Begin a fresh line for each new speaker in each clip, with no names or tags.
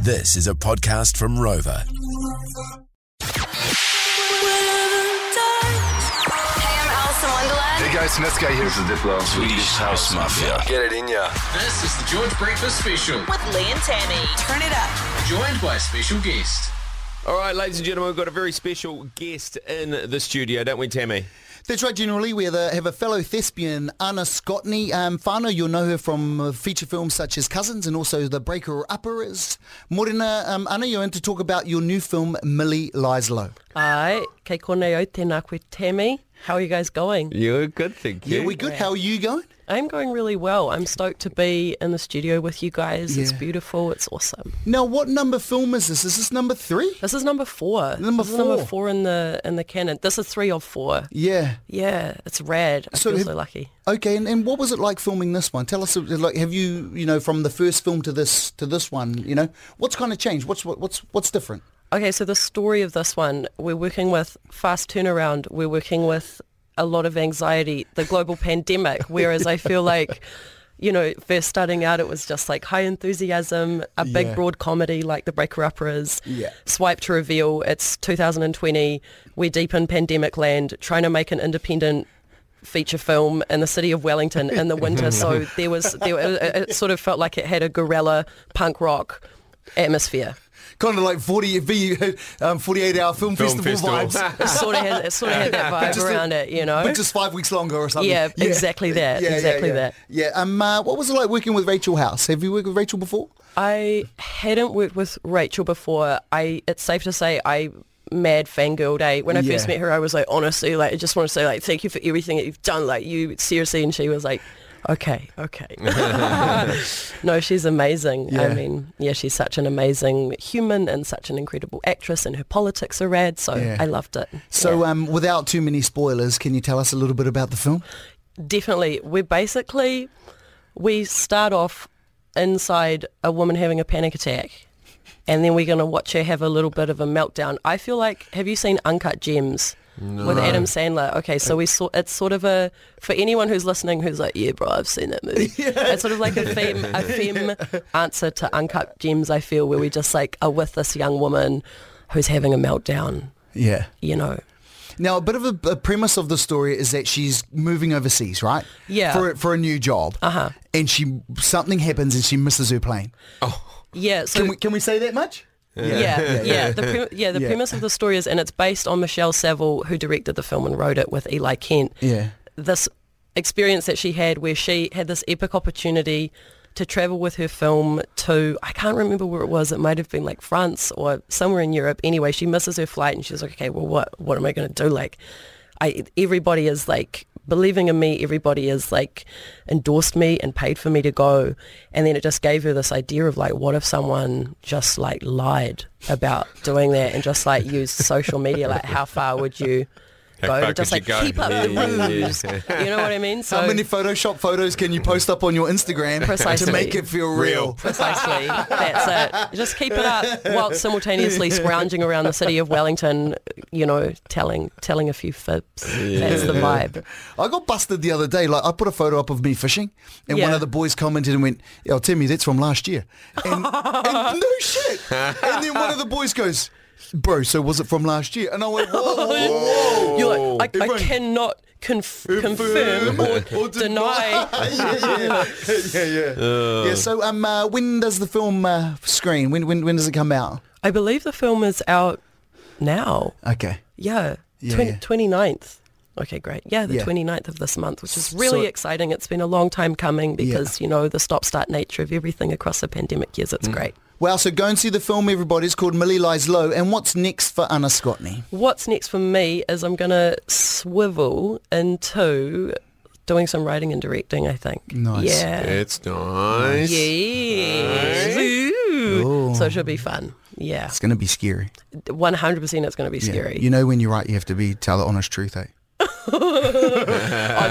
This is a podcast from Rover.
Hey, I'm Alice in Wonderland.
Hey guys, Snetsky here. This is Diplo.
Swedish House Mafia.
Get it in ya.
This is the George Breakfast Special,
with Lee and Tammy.
Turn it up.
joined by a special guest.
All right, ladies and gentlemen, we've got a very special guest in the studio, don't we, Tammy?
That's right, generally. We have a, have a fellow thespian, Anna Scottney. Um, Fano, you'll know her from uh, feature films such as Cousins and also The Breaker Upperers. Morena, um, Anna, you're in to talk about your new film, Millie Lies Low.
Ai, kei konei au tēnā koe Tammy. How are you guys going?
You're good, thank
Yeah, we good. How are you going?
I'm going really well. I'm stoked to be in the studio with you guys. It's
Yeah.
beautiful. It's awesome.
Now, what number film is this? Is this number three?
This is number four.
Number
this is number
four.
four in the in the canon. This is three of four.
Yeah.
Yeah, it's rad. I
So
feel
have-
so lucky.
Okay, and, and what was it like filming this one? Tell us, uh, like, have you, you know, from the first film to this to this one, you know, what's kind of changed? What's what, what's what's different?
Okay, so the story of this one, we're working with fast turnaround. We're working with a lot of anxiety, the global pandemic, whereas I feel like, you know, first starting out, it was just like high enthusiasm, a big
Yeah.
broad comedy like The Breaker Upper is.
Yeah.
Swipe to reveal, it's 2020. We're deep in pandemic land, trying to make an independent feature film in the city of Wellington in the winter. so there was, there, it, it sort of felt like it had a guerrilla punk rock atmosphere.
Kind of like 40, um, 48 hour film,
Film festival.
It sort of had, it sort of had that
But
vibe
just a-
around it, you know.
But just five weeks longer or something.
Yeah, exactly that, exactly
yeah.
that.
Yeah. Um, uh, what was it like working with Rachel House? Have you worked with Rachel before?
I hadn't worked with Rachel before. I it's safe to say I mad fangirl day. When I first
Yeah.
met her, I was like, honestly, like I just want to say like thank you for everything that you've done. Like you seriously, and she was like. Okay, okay. no, she's amazing.
Yeah.
I mean, yeah, she's such an amazing human and such an incredible actress and her politics are rad, so
Yeah.
I loved it.
So
Yeah.
um, without too many spoilers, can you tell us a little bit about the film?
Definitely. We're basically, we start off inside a woman having a panic attack and then we're going to watch her have a little bit of a meltdown. I feel like, have you seen Uncut Gems? With Adam Sandler. Okay, so we saw it's sort of a for anyone who's listening who's like, yeah, bro, I've seen that movie. It's sort of like a fem a fem answer to Uncut Gems. I feel where we just like are with this young woman who's having a meltdown.
Yeah.
You know,
Now, a bit of a, a premise of the story is that she's moving overseas, right?
Yeah. Uh-huh.
For for a new job. Uh huh. And she something happens and she misses her plane.
yeah. So
Can we can we say that much?
yeah, yeah. The pre- yeah, the
Yeah.
premise of the story is, and it's based on Michelle Saville, who directed the film and wrote it with Eli Kent.
Yeah.
This experience that she had, where she had this epic opportunity to travel with her film to, I can't remember where it was. It might have been like France or somewhere in Europe. Anyway, she misses her flight, and she's like, okay, well, what, what am I going to do? Like, I everybody is like believing in me. Everybody is like endorsed me and paid for me to go. And then it just gave her this idea of like, what if someone just like lied about doing that and just like used social media? Like, how far would you? Go
far
to just
could
like
you go?
keep up
Yeah, yeah,
the
yeah.
ruse. You know what I mean? So
How many Photoshop photos can you post up on your Instagram to
Precisely.
make it feel real?
Precisely. That's it. Just keep it up while simultaneously scrounging around the city of Wellington, you know, telling telling a few fibs. That's the vibe.
I got busted the other day. Like I put a photo up of me fishing, and one
Yeah.
of the boys commented and went, "Oh, Timmy, that's from last year." And, and no shit. And then one of the boys goes, "Bro, so was it from last year?" And I went, "Whoa, whoa."
You're like, I, I
Everyone-
cannot conf- confirm or, deny.
yeah, yeah, yeah, yeah. yeah. So, um, uh, when does the film uh, screen? When, when, when does it come out?
I believe the film is out now.
Okay.
Yeah.
Yeah,
Twen-
yeah.
29th. Okay, great. Yeah, the
Yeah.
29th of this month, which is
So-
really exciting. It's been a long time coming because, you know, the stop-start nature of everything across the pandemic years.
Mm.
It's great.
Wow. So go and see the film. Everybody. It's called Millie Lies Low. And what's next for Anna Scottney?
What's next for me is I'm going to swivel into doing some writing and directing, I think.
Nice.
Yeah.
It's nice.
Yes. Ooh. So it should be fun. Yeah.
It's going to be scary.
100% it's going to be
Yeah.
scary.
You know when you write, you have to be tell the honest truth, eh?
oh,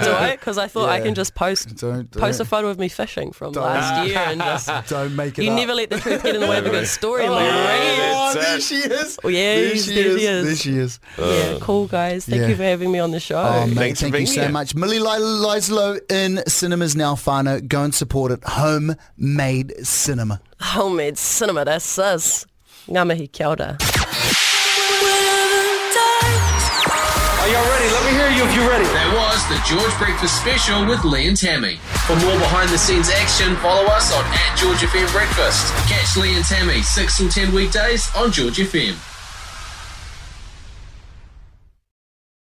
do I? Because I thought I
uh, Yeah.
can just post
Don't do
post a
it.
photo of me fishing from
Don't.
last year and just.
Don't make it
You
up.
never let the truth get in the way of a good story, am I right?
Oh,
That's
there
it.
she is. Uh.
Oh, yes,
there she
there she
is.
is.
There she is.
Yeah, cool guys. Thank
Yeah.
you for having me on the show.
Oh, mate,
thanks for
thank you
being
so
here.
much. Millie Li- Lislow in cinemas now, Fano. Go and support it. Homemade cinema.
Homemade cinema, that's us. Ngamahi kia ora.
That was the George Breakfast Special with Lee and Tammy. For more behind the scenes action, follow us on at George FM Breakfast. Catch Lee and Tammy 6 till 10 weekdays on George FM.